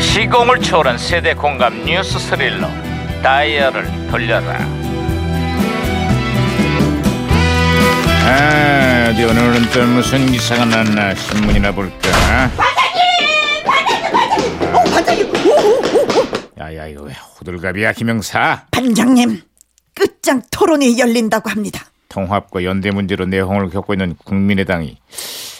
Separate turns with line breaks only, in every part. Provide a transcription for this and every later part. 시공을 초월한 세대 공감 뉴스 스릴러 다이얼을 돌려라 아 어디 오늘은 또 무슨 기사가 났나 신문이나 볼까
어, 반장님! 오, 오, 오, 오.
야야 이거 왜 호들갑이야 김영사
반장님, 끝장 토론이 열린다고 합니다.
통합과 연대 문제로 내홍을 겪고 있는 국민의당이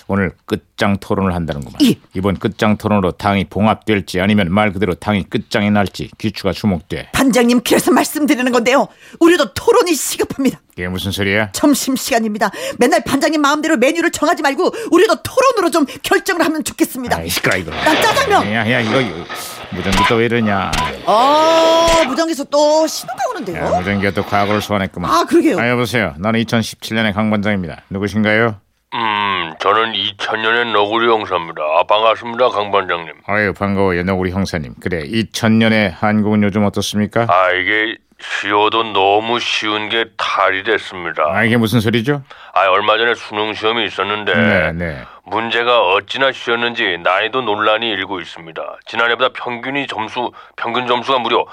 오늘 끝장 토론을 한다는구만
예.
이번 끝장 토론으로 당이 봉합될지 아니면 말 그대로 당이 끝장이 날지 귀추가 주목돼
반장님, 그래서 말씀드리는 건데요. 우리도 토론이 시급합니다.
이게 무슨 소리야
점심시간입니다. 맨날 반장님 마음대로 메뉴를 정하지 말고 우리도 토론으로 좀 결정을 하면 좋겠습니다.
아이 네. 시끄러 이거
난 짜장면!
야야 이거 이거 무전기 또 왜 이러냐
아, 무전기에서 또 신호가
야,
오는데요.
무전기가 또 과거를 소환했구만
아, 그러게요.
어? 네. 아 여보세요 나는 2017년의 강반장입니다 누구신가요?
음, 저는 2000년의 너구리 형사입니다. 아, 반갑습니다, 강 반장님.
아유 반가워요 노구리 형사님 그래 2000년의 한국은 요즘 어떻습니까?
아, 이게 쉬워도 너무 쉬운 게 탈이 됐습니다.
아 이게 무슨 소리죠?
아, 얼마 전에 수능 시험이 있었는데
네, 네.
문제가 어찌나 쉬웠는지 난이도 논란이 일고 있습니다. 지난해보다 평균이 점수 평균 점수가 무려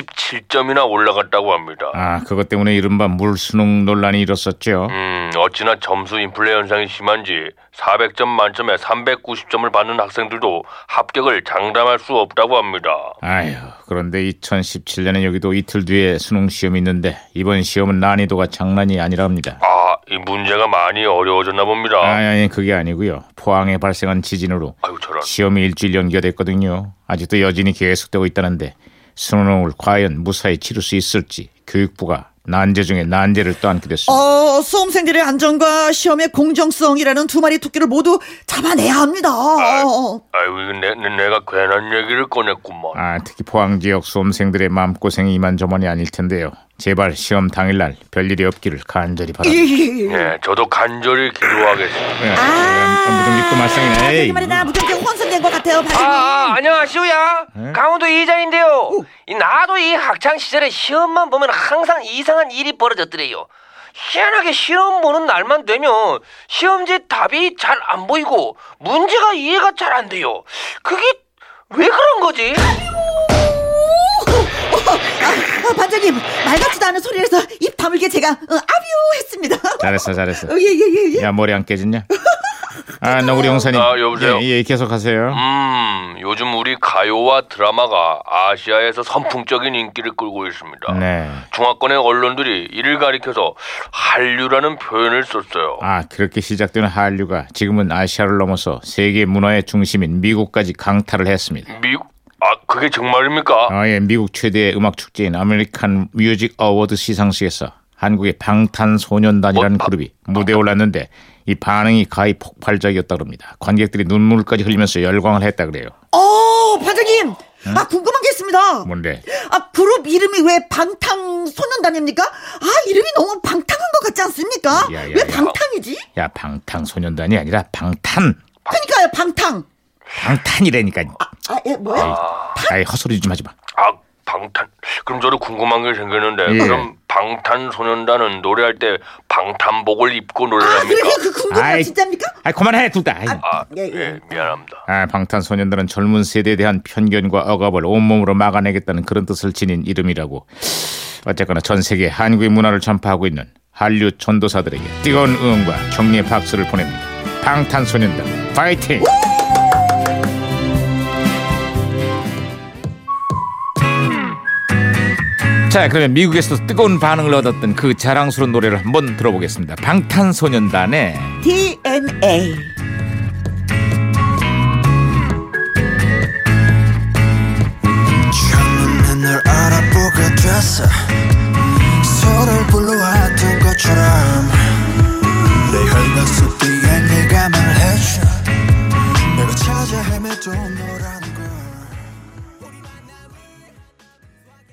27점이나 올라갔다고 합니다.
아 그것 때문에 이른바 물수능 논란이 일었었죠
음, 어찌나 점수 인플레 현상이 심한지 400점 만점에 390점을 받는 학생들도 합격을 장담할 수 없다고 합니다.
아유 그런데 2017년에 여기도 이틀 뒤에 수능 시험이 있는데 이번 시험은 난이도가 장난이 아니랍니다
아, 이 문제가 많이 어려워졌나 봅니다.
아니 아니 그게 아니고요 포항에 발생한 지진으로
아유 저런.
시험이 일주일 연기됐거든요. 아직도 여진이 계속되고 있다는데 수능을 과연 무사히 치를 수 있을지 교육부가 난제 중에 난제를 또 안게 됐습니다.
어, 수험생들의 안전과 시험의 공정성이라는 두 마리 토끼를 모두 잡아내야 합니다. 어,
아유 이거 내, 내- 내가 괜한 얘기를 꺼냈구만.
아, 특히 포항 지역 수험생들의 마음고생이 이만저만이 아닐 텐데요. 제발 시험 당일날 별일이 없기를 간절히
예,
바랍니다.
예, 예.
예, 저도 간절히 기도하겠습니다.
예,
아,
예, 무슨 믿고 말썽이네. 에이.
저기 말이다. 무전기 혼선된 것 같아요,
아,
반장님.
아 안녕하시오야 강원도 이자인데요 이 나도 이 학창 시절에 시험만 보면 항상 이상한 일이 벌어졌더래요 희한하게 시험 보는 날만 되면 시험지 답이 잘 안 보이고 문제가 이해가 잘 안 돼요 그게 왜 그런 거지?
아, 아, 반장님 말 같지도 않은 소리를 해서 입 다물게 제가 어, 아뷰 했습니다.
잘했어, 잘했어.
예예예 예, 예.
야 머리 안 깨졌냐? 아, 너구리 형사님.
아, 여보세요?
예, 예, 계속하세요.
음, 요즘 우리 가요와 드라마가 아시아에서 선풍적인 인기를 끌고 있습니다.
네.
중화권의 언론들이 이를 가리켜서 한류라는 표현을 썼어요.
아 그렇게 시작된 한류가 지금은 아시아를 넘어서 세계 문화의 중심인 미국까지 강타를 했습니다.
미국? 아, 그게 정말입니까?
아예 미국 최대의 음악 축제인 아메리칸 뮤직 어워드 시상식에서 한국의 방탄소년단이라는 그룹이 무대에 올랐는데 이 반응이 가히 폭발적이었다 그럽니다. 관객들이 눈물까지 흘리면서 열광을 했다 그래요.
어 반장님 아 궁금한 게 있습니다.
뭔데?
아 그룹 이름이 왜 방탄소년단입니까? 아 이름이 너무 방탕한 것 같지 않습니까?
야, 야,
왜
야.
방탕이지?
야 방탄소년단이 아니라 방탄
그러니까요 방탕.
방탄이라니까.
아예 뭐야?
아이 헛소리 좀 하지 마.
아 방탄 그럼 저도 궁금한 게 생겼는데
예.
그럼 방탄소년단은 노래할 때 방탄복을 입고
아
노래합니까?
그래요 그 궁금한 거
아이,
진짜입니까?
아이 그만해 둘 다. 아이.
아,
예,
예,
예.
미안합니다.
아, 방탄소년단은 젊은 세대에 대한 편견과 억압을 온몸으로 막아내겠다는 그런 뜻을 지닌 이름이라고. 어쨌거나 전 세계 한국의 문화를 전파하고 있는 한류 전도사들에게 뜨거운 응원과 격려의 박수를 보냅니다. 방탄소년단 파이팅! 자, 그러면 미국에서 뜨거운 반응을 얻었던 그 자랑스러운 노래를 한번 들어보겠습니다. 방탄소년단의
DNA.